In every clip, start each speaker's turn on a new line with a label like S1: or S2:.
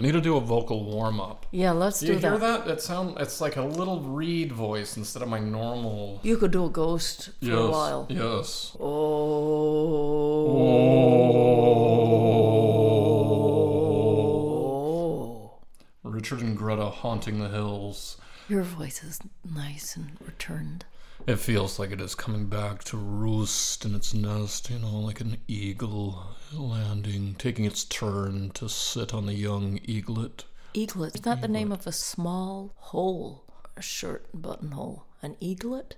S1: need to do a vocal warm up.
S2: Yeah, let's
S1: Do
S2: do
S1: you hear
S2: that.
S1: that? It sound it's like a little reed voice instead of my normal.
S2: You could do a ghost for a while.
S1: Yes.
S2: Oh.
S1: Richard and Greta haunting the hills.
S2: Your voice is nice and returned.
S1: It feels like it is coming back to roost in its nest, you know, like an eagle landing, taking its turn to sit on the young eaglet.
S2: Eaglet. Is that the name of a small hole? A shirt buttonhole. An eaglet?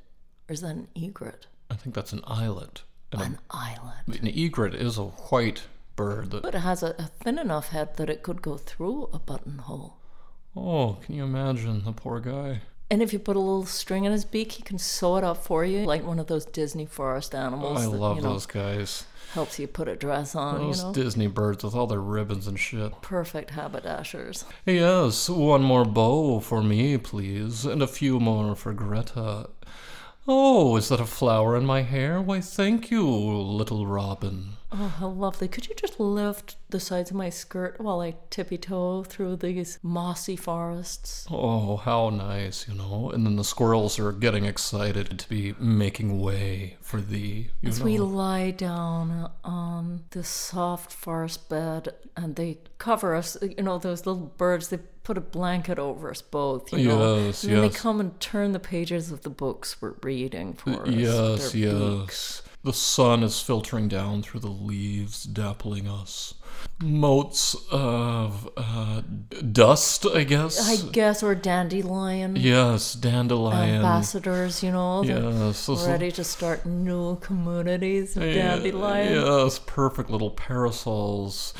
S2: Or is that an egret?
S1: I think that's an islet. And
S2: An island.
S1: an egret is a white bird that.
S2: But it has a, a thin enough head that it could go through a buttonhole.
S1: Oh, can you imagine the poor guy?
S2: And if you put a little string in his beak, he can sew it up for you, like one of those Disney forest animals.
S1: I
S2: that,
S1: love
S2: you know,
S1: those guys.
S2: Helps you put a dress on,
S1: Those
S2: you know.
S1: Disney birds with all their ribbons and shit.
S2: Perfect haberdashers.
S1: Yes, one more bow for me, please, and a few more for Greta. Oh, is that a flower in my hair? Why, thank you, little robin.
S2: Oh, how lovely. Could you just lift the sides of my skirt while I tippy toe through these mossy forests?
S1: Oh, how nice, you know. And then the squirrels are getting excited to be making way for thee. You
S2: As
S1: know.
S2: we lie down on the soft forest bed and they cover us, you know, those little birds, they put a blanket over us both, you know.
S1: Yes,
S2: and then
S1: yes.
S2: they come and turn the pages of the books we're reading for us. with
S1: yes,
S2: their
S1: yes.
S2: beaks.
S1: The sun is filtering down through the leaves, dappling us. Motes of uh, d- dust, I guess.
S2: I guess, or dandelion
S1: Yes, dandelion.
S2: ambassadors, you know, they're
S1: Yes, this
S2: ready to start new communities of
S1: yeah,
S2: dandelion.
S1: Yes, perfect little parasols.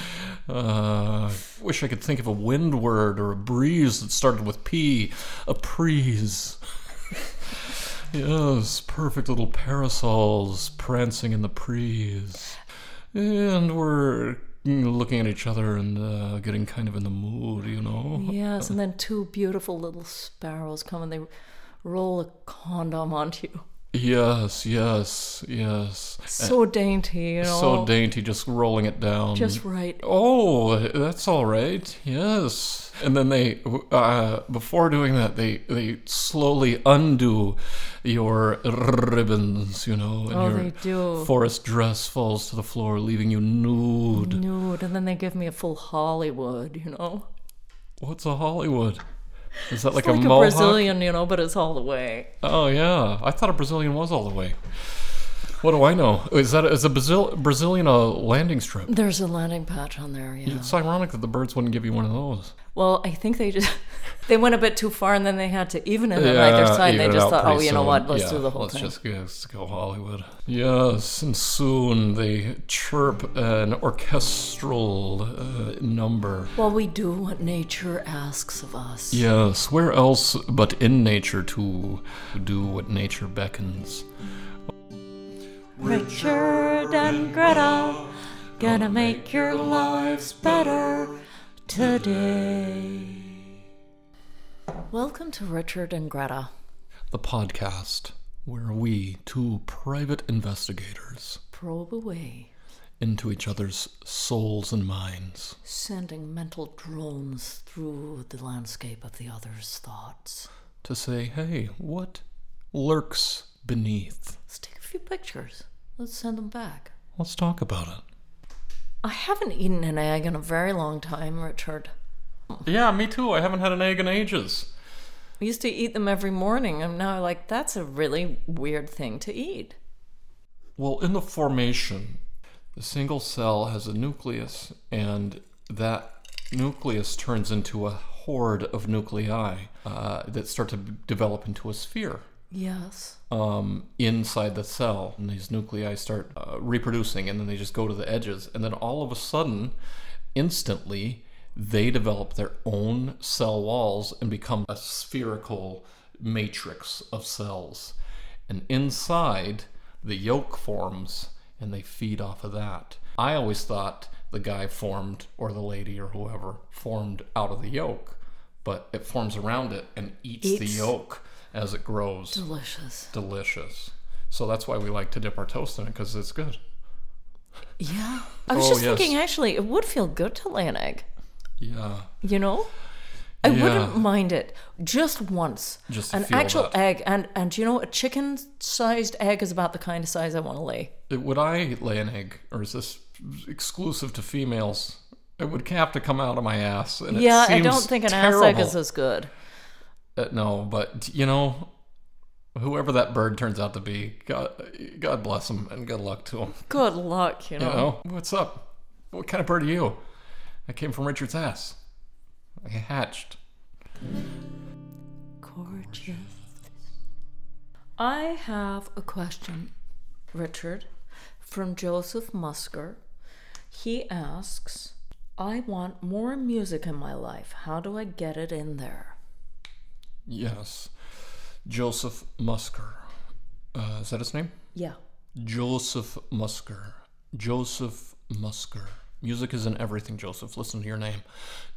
S1: Uh, wish I could think of a wind word or a breeze that started with P. A preeze. yes, perfect little parasols prancing in the preeze. And we're looking at each other and uh, getting kind of in the mood, you know?
S2: Yes, and then two beautiful little sparrows come and they roll a condom onto you.
S1: Yes, yes, yes.
S2: So dainty, you know.
S1: So dainty, just rolling it down.
S2: Oh. Just right.
S1: Oh, that's all right. Yes. And then they, uh, before doing that, they they slowly undo your ribbons, you know, and
S2: Oh,
S1: your
S2: they do.
S1: forest dress falls to the floor, leaving you nude.
S2: Nude, and then they give me a full Hollywood, you know. It's
S1: What's a Hollywood? Is that like,
S2: Like,
S1: a
S2: a,
S1: mohawk?
S2: Brazilian, you know, but it's all the way.
S1: Oh yeah, I thought a Brazilian was all the way. What do I know? Is that is a Brazil, Brazilian a landing strip?
S2: There's a landing patch on there, yeah.
S1: It's ironic that the birds wouldn't give you one of those.
S2: Well, I think they just they went a bit too far, and then they had to even it on either side. They
S1: even
S2: just
S1: out
S2: thought, oh,
S1: pretty
S2: you know
S1: soon.
S2: what? Let's
S1: Yeah,
S2: do the whole
S1: let's
S2: thing.
S1: Just, yeah, let's go Hollywood. Yes, and soon they chirp an orchestral uh, number.
S2: Well, we do what nature asks of us.
S1: Yes, where else but in nature to do what nature beckons?
S2: Richard and Greta, gonna make your lives better today. Welcome to Richard and Greta.
S1: The podcast where we, two private investigators,
S2: Probe away,
S1: into each other's souls and minds.
S2: sending mental drones through the landscape of the other's thoughts.
S1: to say, hey, what lurks beneath?
S2: Let's take a few pictures. Let's send them back.
S1: Let's talk about it.
S2: I haven't eaten an egg in a very long time, Richard.
S1: Yeah, me too. I haven't had an egg in ages.
S2: I used to eat them every morning, and now, like, that's a really weird thing to eat.
S1: Well, in the formation, the single cell has a nucleus, and that nucleus turns into a horde of nuclei uh, that start to develop into a sphere.
S2: Yes.
S1: um, inside the cell, and these nuclei start uh, reproducing, and then they just go to the edges, and then all of a sudden, instantly, they develop their own cell walls and become a spherical matrix of cells, and inside, the yolk forms, and they feed off of that. I always thought the guy formed, or the lady, or whoever formed out of the yolk, but it forms around it and eats, the
S2: Eats.
S1: yolk as it grows
S2: Delicious.
S1: delicious. So that's why we like to dip our toast in it because it's good.
S2: Yeah. I was
S1: Oh,
S2: just
S1: yes.
S2: thinking, actually, it would feel good to lay an egg.
S1: Yeah.
S2: You know? I
S1: Yeah.
S2: wouldn't mind it just once.
S1: Just to
S2: an
S1: feel
S2: actual
S1: that.
S2: egg, and and you know, a chicken-sized egg is about the kind of size I want to lay.
S1: Would I lay an egg, or is this exclusive to females? It would have to come out of my ass, and
S2: yeah,
S1: it seems
S2: I don't think an
S1: terrible.
S2: ass egg is as good.
S1: Uh, no, but you know, whoever that bird turns out to be, God, God bless him and good luck to him.
S2: Good luck, you know.
S1: You know, what's up? What kind of bird are you? I came from Richard's ass. I hatched.
S2: Gorgeous. I have a question, Richard, from Joseph Musker. He asks, I want more music in my life. How do I get it in there?
S1: Yes, Joseph Musker. Uh, is that his name?
S2: Yeah.
S1: Joseph Musker. Joseph Musker. Music is in everything, Joseph. Listen to your name.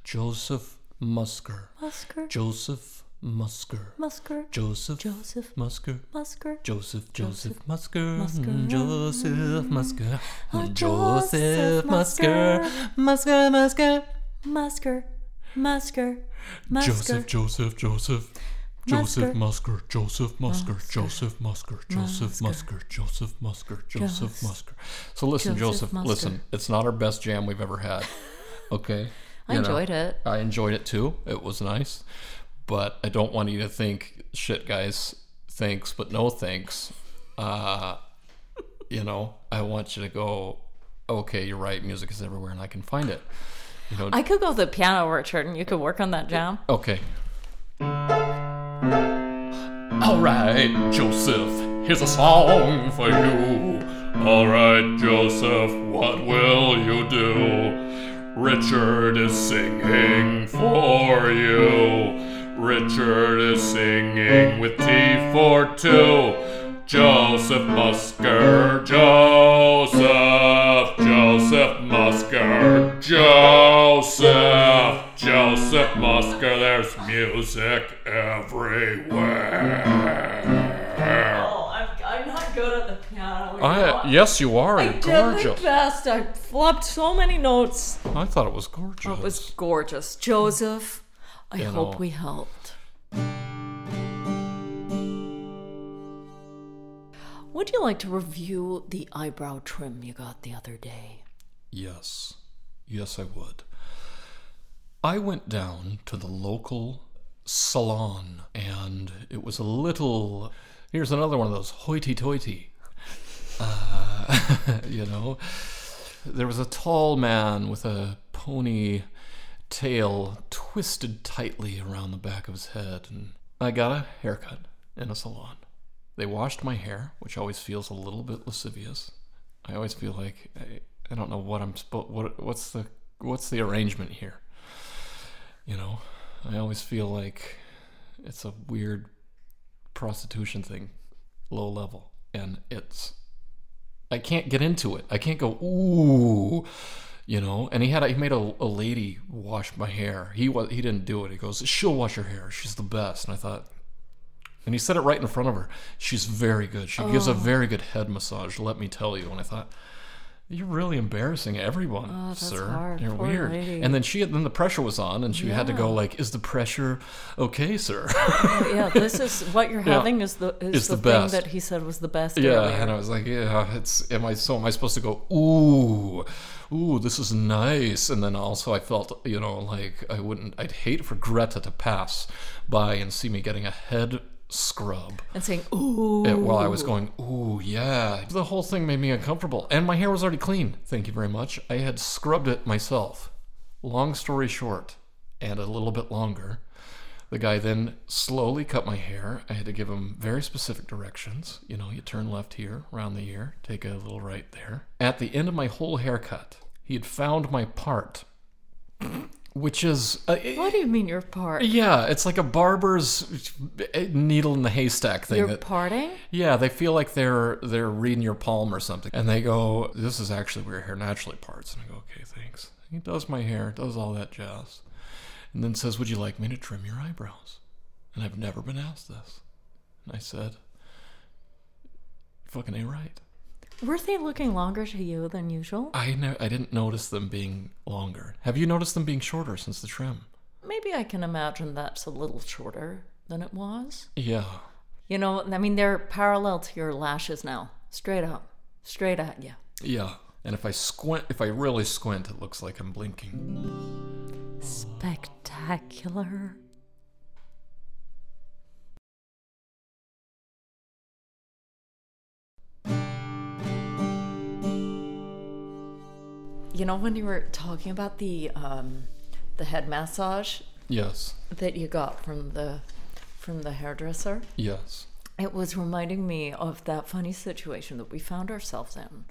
S1: Joseph Musker.
S2: Musker,
S1: Joseph Musker.
S2: Musker,
S1: Joseph
S2: Joseph,
S1: Musker.
S2: Musker.
S1: Joseph, Joseph Musker,
S2: Musker. Oh,
S1: mm, Joseph Musker, mm, Joseph
S2: Joseph
S1: Musker, Musker, Musker,
S2: Musker, Musker, Musker.
S1: Joseph, Joseph, Joseph, Joseph Musker, Joseph Musker, Joseph Musker, Joseph Musker, Joseph Musker, Joseph Musker. So listen, Joseph,
S2: Joseph Musker.
S1: listen, it's not our best jam we've ever had, okay?
S2: I
S1: You know,
S2: enjoyed it.
S1: I enjoyed it too. It was nice, but I don't want you to think, shit, guys, thanks, but no thanks. Uh, you know, I want you to go, okay, you're right, music is everywhere and I can find it. You know,
S2: I could go to the piano, Richard, and you could work on that jam.
S1: okay. All right, Joseph, here's a song for you. All right, Joseph, what will you do? Richard is singing for you. Richard is singing with T for two. Joseph Musker, Joseph, Joseph Musker, Joseph, Joseph Musker. There's music everywhere.
S2: Oh, I'm, I'm not good at the piano.
S1: I, yes, you are. and
S2: did
S1: gorgeous.
S2: the best. I flopped so many notes.
S1: I thought it was gorgeous.
S2: Oh, It was gorgeous. Joseph, I hope
S1: know.
S2: we helped. Would you like to review the eyebrow trim you got the other day?
S1: Yes. Yes, I would. I went down to the local salon and it was a little. Here's another one of those hoity toity. Uh, you know, there was a tall man with a pony tail twisted tightly around the back of his head, and I got a haircut in a salon. They washed my hair, which always feels a little bit lascivious. I always feel like I, I don't know what I'm supposed what what's the what's the arrangement here. You know, I always feel like it's a weird prostitution thing, low level, and it's I can't get into it. I can't go ooh, you know. And he had a, he made a, a lady wash my hair. He was he didn't do it. He goes, she'll wash your hair. She's the best. And I thought, and he said it right in front of her. She's very good. She
S2: Oh.
S1: gives a very good head massage. Let me tell you. And I thought. You're really embarrassing everyone,
S2: Oh, that's
S1: sir.
S2: hard.
S1: You're
S2: Poor
S1: weird.
S2: lady.
S1: And then she, then the pressure was on, and she had to go like, "Is the pressure okay, sir?"
S2: Oh, yeah, this is what you're having is the is
S1: It's
S2: the,
S1: the
S2: thing
S1: best.
S2: that he said was the best.
S1: Yeah,
S2: earlier.
S1: and I was like, yeah, it's am I so am I supposed to go, ooh, ooh, this is nice, and then also I felt, you know, like I wouldn't, I'd hate for Greta to pass by and see me getting a head scrub
S2: and saying ooh.
S1: it- while I was going, ooh, yeah. The whole thing made me uncomfortable, and my hair was already clean. Thank you very much. I had scrubbed it myself. Long story short, and a little bit longer. The guy then slowly cut my hair. I had to give him very specific directions. You know, you turn left here, round the ear, take a little right there. At the end of my whole haircut, he had found my part, which is uh, it-
S2: What do you mean your part?
S1: yeah, it's like a barber's uh, needle in the haystack thing.
S2: You're
S1: that-
S2: parting?
S1: yeah, they feel like they're they're reading your palm or something, and they go, "This is actually where your hair naturally parts." And I go, "Okay, thanks." He does my hair, does all that jazz, and then says, "Would you like me to trim your eyebrows?" And I've never been asked this, and I said, "Fucking a right."
S2: Were they looking longer to you than usual?
S1: I know I didn't notice them being longer. Have you noticed them being shorter since the trim?
S2: Maybe I can imagine that's a little shorter than it was.
S1: Yeah.
S2: You know, I mean, they're parallel to your lashes now, straight up, straight at you.
S1: Yeah. And if I squint, if I really squint, it looks like I'm blinking.
S2: Spectacular. You know when you were talking about the um, the head massage
S1: Yes.
S2: that you got from the from the hairdresser?
S1: Yes.
S2: It was reminding me of that funny situation that we found ourselves in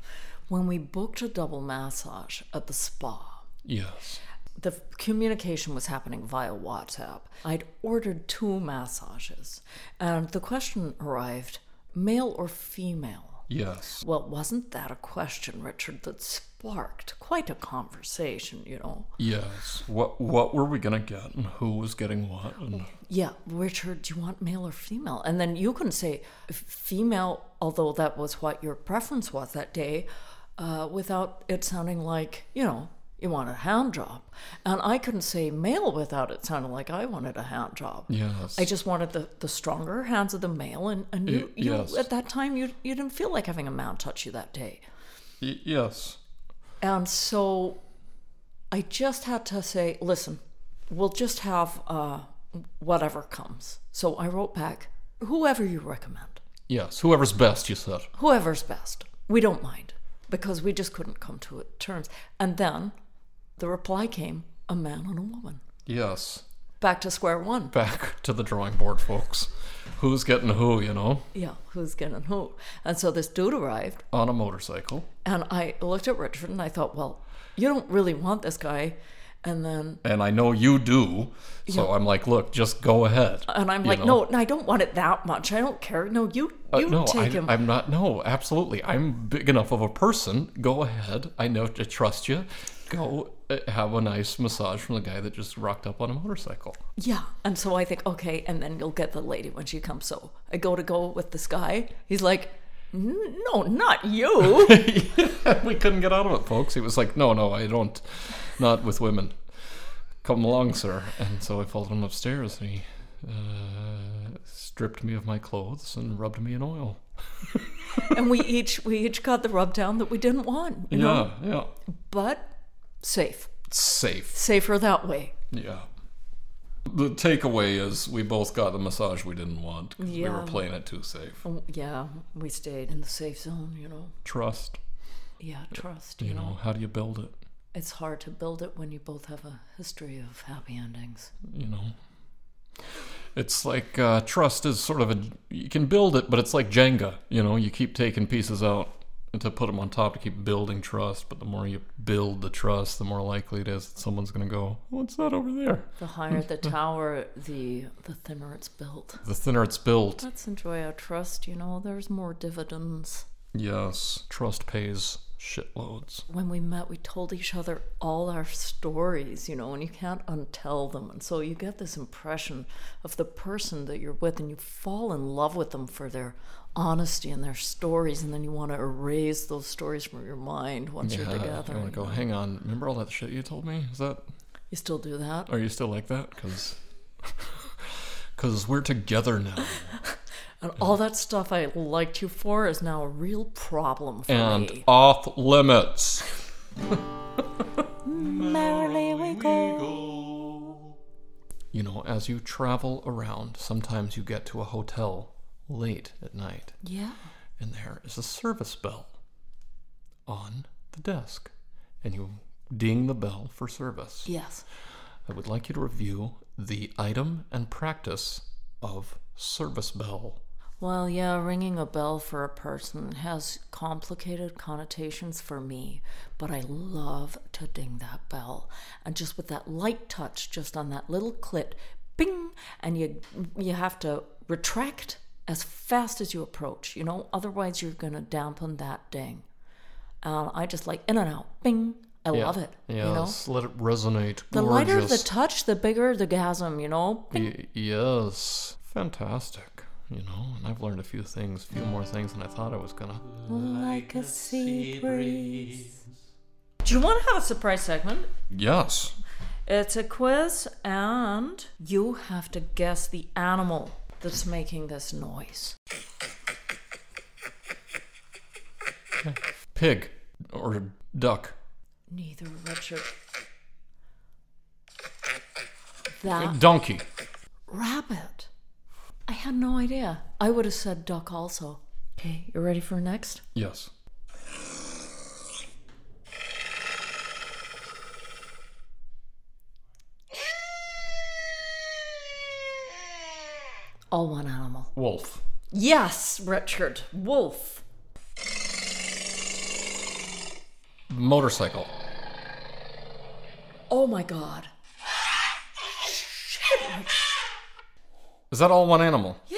S2: when we booked a double massage at the spa.
S1: Yes.
S2: The f- communication was happening via WhatsApp. I'd ordered two massages, and the question arrived male or female?
S1: Yes.
S2: Well, wasn't that a question, Richard, that sparked quite a conversation, you know?
S1: Yes. What what were we gonna get and who was getting what and
S2: yeah, Richard, do you want male or female? And then you can say f- female, although that was what your preference was that day, uh, without it sounding like, you know, you want a hand job. And I couldn't say male without it sounding like I wanted a hand job.
S1: Yes.
S2: I just wanted the, the stronger hands of the male, and, and you,
S1: Y-
S2: you
S1: yes.
S2: at that time you you didn't feel like having a man touch you that day.
S1: Y- yes.
S2: And so I just had to say, listen, we'll just have uh, whatever comes. So I wrote back, whoever you recommend,
S1: Yes. Whoever's best, you said.
S2: whoever's best. We don't mind because we just couldn't come to terms. And then the reply came a man and a woman.
S1: Yes.
S2: Back to square one.
S1: Back to the drawing board, folks. Who's getting who, you know?
S2: Yeah, who's getting who? And so this dude arrived,
S1: On a motorcycle.
S2: and I looked at Richard and I thought, well, you don't really want this guy. And then
S1: And I know you do. So I'm like, look, just go ahead.
S2: And I'm
S1: You
S2: like,
S1: know?
S2: no, no, I don't want it that much. I don't care. No, you,
S1: Uh,
S2: you
S1: no, I,
S2: take him.
S1: I'm not. No, absolutely. I'm big enough of a person. Go ahead. I know to trust you. Go uh, have a nice massage from the guy that just rocked up on a motorcycle.
S2: yeah. And so I think, okay, and then you'll get the lady when she comes. So I go to go with this guy. He's like, "N- no, not you.
S1: we couldn't get out of it, folks. He was like, no, no, I don't. Not with women. Come along, sir. And so I followed him upstairs, and he uh, stripped me of my clothes and rubbed me in oil.
S2: and we each we each got the rub down that we didn't want. You know?
S1: Yeah, yeah.
S2: But safe,
S1: Safe.
S2: safer that way.
S1: Yeah. The takeaway is we both got the massage we didn't want 'cause we
S2: Yeah.
S1: were playing it too safe.
S2: Oh, Yeah, we stayed in the safe zone. You know.
S1: Trust.
S2: Yeah, trust.
S1: You know, how do you build it?
S2: it's hard to build it when you both have a history of happy endings.
S1: You know, it's like uh, trust is sort of a you can build it, but it's like Jenga. You know, you keep taking pieces out and to put them on top to keep building trust. But the more you build the trust, the more likely it is that someone's going to go, "What's that over there?"
S2: The higher the tower, the the thinner it's built.
S1: The thinner it's built,
S2: Let's enjoy our trust, you know, there's more dividends.
S1: yes, trust pays shitloads.
S2: When we met, we told each other all our stories, you know, and you can't untell them. And so you get this impression of the person that you're with, and you fall in love with them for their honesty and their stories. And then you want to erase those stories from your mind once
S1: Yeah,
S2: you're
S1: I
S2: together.
S1: want to go. Hang on, remember all that shit you told me? Is that
S2: You still do that?
S1: are you still like that? Because because we're together now.
S2: And all that stuff I liked you for is now a real problem for me.
S1: and off limits.
S2: Merrily we go.
S1: You know, as you travel around, sometimes you get to a hotel late at night,
S2: Yeah.
S1: and there is a service bell on the desk, and you ding the bell for service.
S2: Yes.
S1: I would like you to review the item and practice of service bell.
S2: Well, yeah, ringing a bell for a person has complicated connotations for me, but I love to ding that bell. And just with that light touch, just on that little clit, bing, and you you have to retract as fast as you approach, you know, otherwise you're going to dampen that ding. And I just like in and out, bing. I love it,
S1: Yes,
S2: you know.
S1: let it resonate.
S2: The
S1: Gorgeous.
S2: lighter the touch, the bigger the gasm, you know. Bing.
S1: Y- yes, fantastic. you know, and I've learned a few things, few more things than I thought I was gonna.
S2: Like a sea breeze. Do you want to have a surprise segment?
S1: Yes.
S2: It's a quiz, and you have to guess the animal that's making this noise.
S1: Pig or duck.
S2: Neither, Richard. That
S1: Donkey.
S2: rabbit. I had no idea. I would have said duck also. Okay, you ready for next?
S1: Yes.
S2: All one animal.
S1: Wolf.
S2: Yes, Richard. Wolf.
S1: Motorcycle.
S2: Oh my god. Shit. Richard.
S1: Is that all one animal?
S2: Yeah.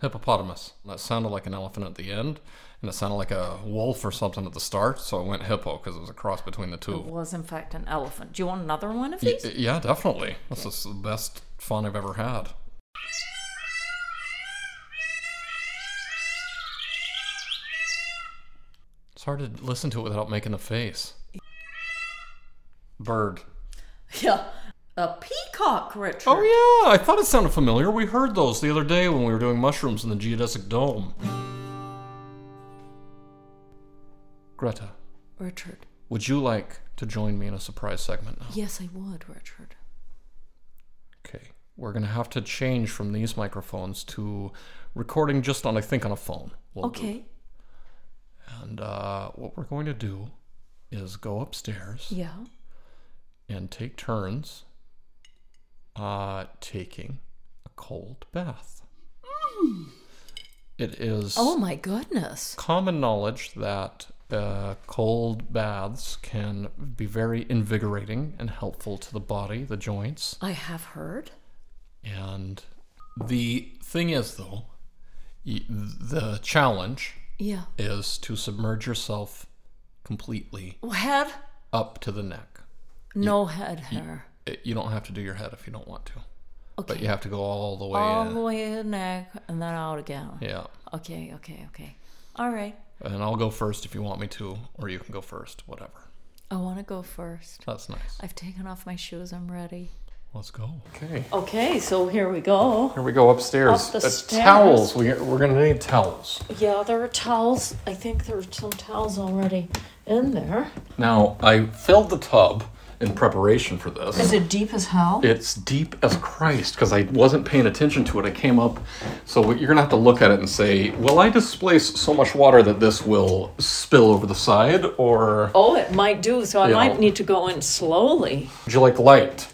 S1: Hippopotamus. That sounded like an elephant at the end, and it sounded like a wolf or something at the start, so I went hippo because it was a cross between the
S2: It
S1: two.
S2: was, in fact, an elephant. Do you want another one of
S1: Y-
S2: these?
S1: yeah, definitely. This is the best fun I've ever had. It's hard to listen to it without making a face. Bird.
S2: Yeah. A peacock, Richard.
S1: Oh yeah, I thought it sounded familiar. We heard those the other day when we were doing mushrooms in the geodesic dome. Greta,
S2: Richard.
S1: would you like to join me in a surprise segment now?
S2: Yes, I would, Richard.
S1: Okay. We're gonna have to change from these microphones to recording just on I think on a phone. We'll do.
S2: Okay.
S1: And uh, what we're going to do is go upstairs
S2: Yeah.
S1: and take turns uh, taking a cold bath. It is
S2: Oh my goodness.
S1: common knowledge that uh, cold baths can be very invigorating and helpful to the body, the joints.
S2: I have heard.
S1: And the thing is, though, y- the challenge
S2: Yeah.
S1: is to submerge yourself completely
S2: Head?
S1: up to the neck.
S2: No head hair.
S1: It, you don't have to do your head if you don't want to, but
S2: Okay.
S1: you have to go all the way
S2: All
S1: in.
S2: the way in the neck and then out again.
S1: Yeah.
S2: Okay, okay, okay. All right.
S1: And I'll go first if you want me to, or you can go first, whatever.
S2: I want to go first.
S1: That's nice.
S2: I've taken off my shoes. I'm ready.
S1: Let's go. Okay.
S2: Okay, so here we go.
S1: Here we go upstairs.
S2: Up the
S1: Uh,
S2: stairs.
S1: Towels. We, we're going to need towels.
S2: Yeah, there are towels. I think there are some towels already in there.
S1: Now, I filled the tub in preparation for this.
S2: Is it deep as hell?
S1: It's deep as Christ because I wasn't paying attention to it. I came up. So you're going to have to look at it and say, will I displace so much water that this will spill over the side? Or
S2: Oh, it might do, so I
S1: Yeah.
S2: might need to go in slowly.
S1: would you like light?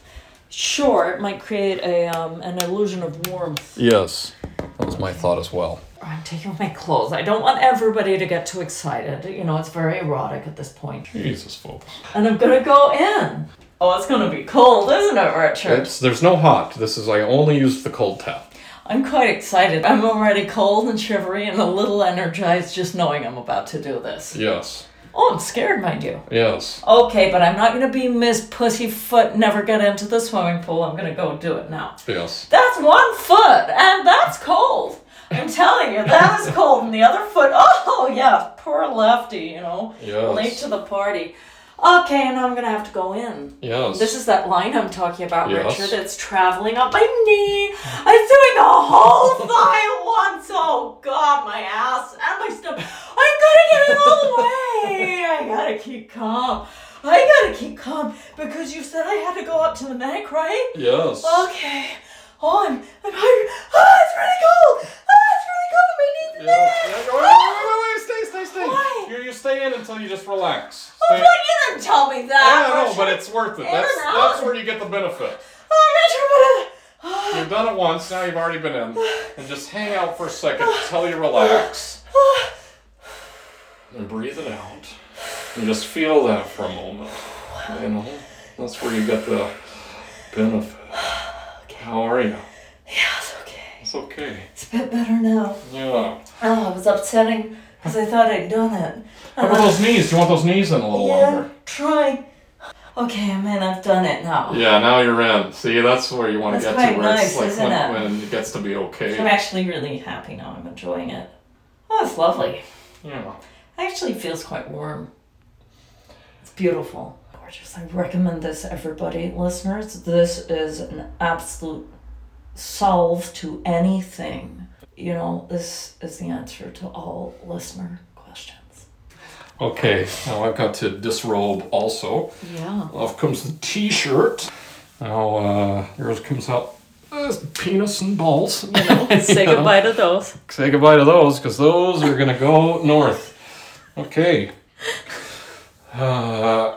S2: Sure, it might create a um, an illusion of warmth.
S1: Yes. That was my thought as well.
S2: I'm taking off my clothes. I don't want everybody to get too excited. You know, it's very erotic at this point.
S1: Jesus, folks.
S2: And I'm gonna go in. Oh, it's gonna be cold, isn't it, Richard?
S1: It's, there's no hot. This is, I only used the cold tap.
S2: I'm quite excited. I'm already cold and shivery and a little energized just knowing I'm about to do this.
S1: Yes.
S2: Oh, I'm scared, mind you.
S1: Yes.
S2: Okay, but I'm not gonna be Miss Pussyfoot, never get into the swimming pool. I'm gonna go do it now.
S1: Yes.
S2: That's one foot, and that's cold. I'm telling you, that is cold. And the other foot, oh yeah, poor lefty, you know,
S1: Yes.
S2: late to the party. Okay, and I'm gonna have to go in.
S1: Yes.
S2: This is that line I'm talking about,
S1: Yes.
S2: Richard. It's traveling up my knee. I'm doing a whole thigh at once. Oh God, my ass and my stomach. I gotta get it all the way. I gotta keep calm. I gotta keep calm because you said I had to go up to the neck, right?
S1: yes.
S2: Okay. Oh, I'm, I'm hungry. Oh, it's really cold. Oh, it's really cold. I need the
S1: Yes.
S2: neck.
S1: Yeah, go- wait, wait, wait, Stay, stay, stay.
S2: Why?
S1: You, you stay in until you just relax.
S2: Oh,
S1: Stay-
S2: but you didn't tell me that.
S1: Yeah, I know,
S2: Richard.
S1: but it's worth it. That's
S2: and out.
S1: that's where you get the benefit.
S2: Oh, Richard, what a...
S1: You've done it once, now you've already been in. And just hang out for a second until you relax.
S2: ah.
S1: And breathe it out. And just feel that for a moment. You know? That's where you get the benefit. How are you?
S2: Yeah, it's okay.
S1: It's okay.
S2: It's a bit better now.
S1: Yeah.
S2: Oh, it was upsetting because I thought I'd done it.
S1: How about those knees? Do you want those knees in a little
S2: Yeah,
S1: longer?
S2: try. okay, I'm in, I've done it now.
S1: Yeah, now you're in. See, that's where you want to
S2: That's
S1: get to,
S2: quite
S1: where it's
S2: nice,
S1: like
S2: isn't
S1: when,
S2: it?
S1: when it gets to be
S2: I'm
S1: okay.
S2: actually really happy now. I'm enjoying it. Oh, it's lovely.
S1: Yeah.
S2: Actually, it feels quite warm. It's beautiful. Gorgeous. I recommend this, everybody, listeners. This is an absolute solve to anything. You know, this is the answer to all listener questions.
S1: Okay, now I've got to disrobe also.
S2: Yeah.
S1: Off comes the t-shirt. Now, uh, yours comes out uh, penis and balls.
S2: Say goodbye to those.
S1: Say goodbye to those, because those are gonna go north. Okay. Uh,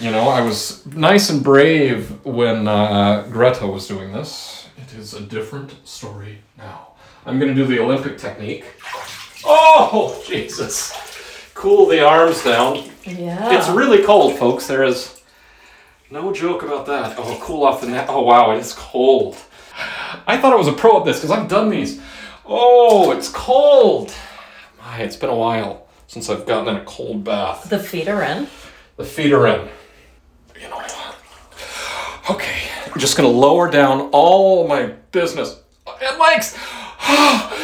S1: you know, I was nice and brave when uh, Greta was doing this. It is a different story now. I'm gonna do the Olympic technique. Oh, Jesus! Cool the arms down.
S2: Yeah.
S1: It's really cold, folks. There is no joke about that. Oh, cool off the net. Oh, wow, it is cold. I thought I was a pro at this because I've done these. Oh, it's cold. My, it's been a while since I've gotten in a cold bath.
S2: the feet are in.
S1: The feet are in. You know. Okay, I'm just gonna lower down all my business and legs.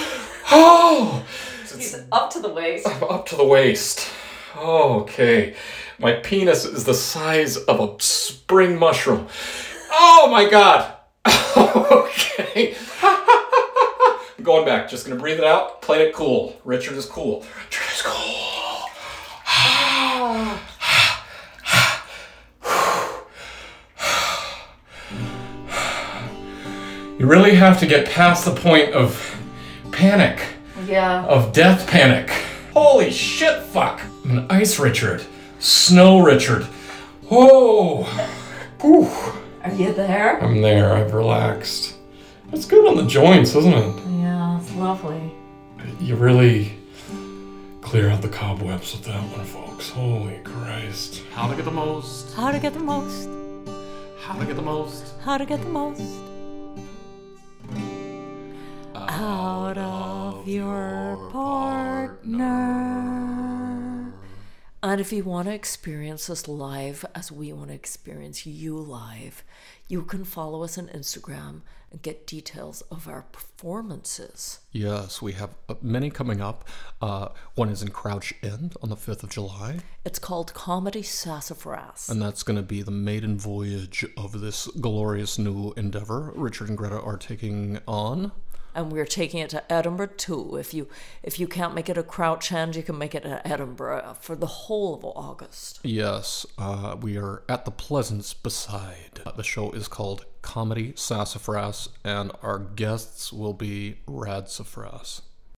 S1: Oh,
S2: He's up to the waist.
S1: up to the waist. Okay. My penis is the size of a spring mushroom. Oh my god. okay. I'm going back. Just gonna breathe it out. Play it cool. Richard is cool. Richard is cool. you really have to get past the point of panic
S2: Yeah.
S1: of death panic. Holy shit, fuck! I'm an ice Richard, snow Richard. Whoa! Ooh,
S2: Are you there?
S1: I'm there, I've relaxed. That's good on the joints, isn't it?
S2: Yeah, it's lovely.
S1: You really clear out the cobwebs with that one, folks. Holy Christ. How to get the most,
S2: How to get the most.
S1: how to get the most
S2: How to get the most out of your partner. And if you want to experience us live as we want to experience you live, you can follow us on Instagram and get details of our performances.
S1: Yes, we have uh, many coming up. Uh, one is in Crouch End on the 5th of July.
S2: It's called Comedy Sassafras.
S1: And that's going to be the maiden voyage of this glorious new endeavor Richard and Greta are taking on.
S2: and we're taking it to Edinburgh too. If you if you can't make it a Crouch End, you can make it at Edinburgh for the whole of August.
S1: Yes, uh, we are at the Pleasance Beside. Uh, the show is called Comedy Sassafras, and our guests will be Rad Sassafras.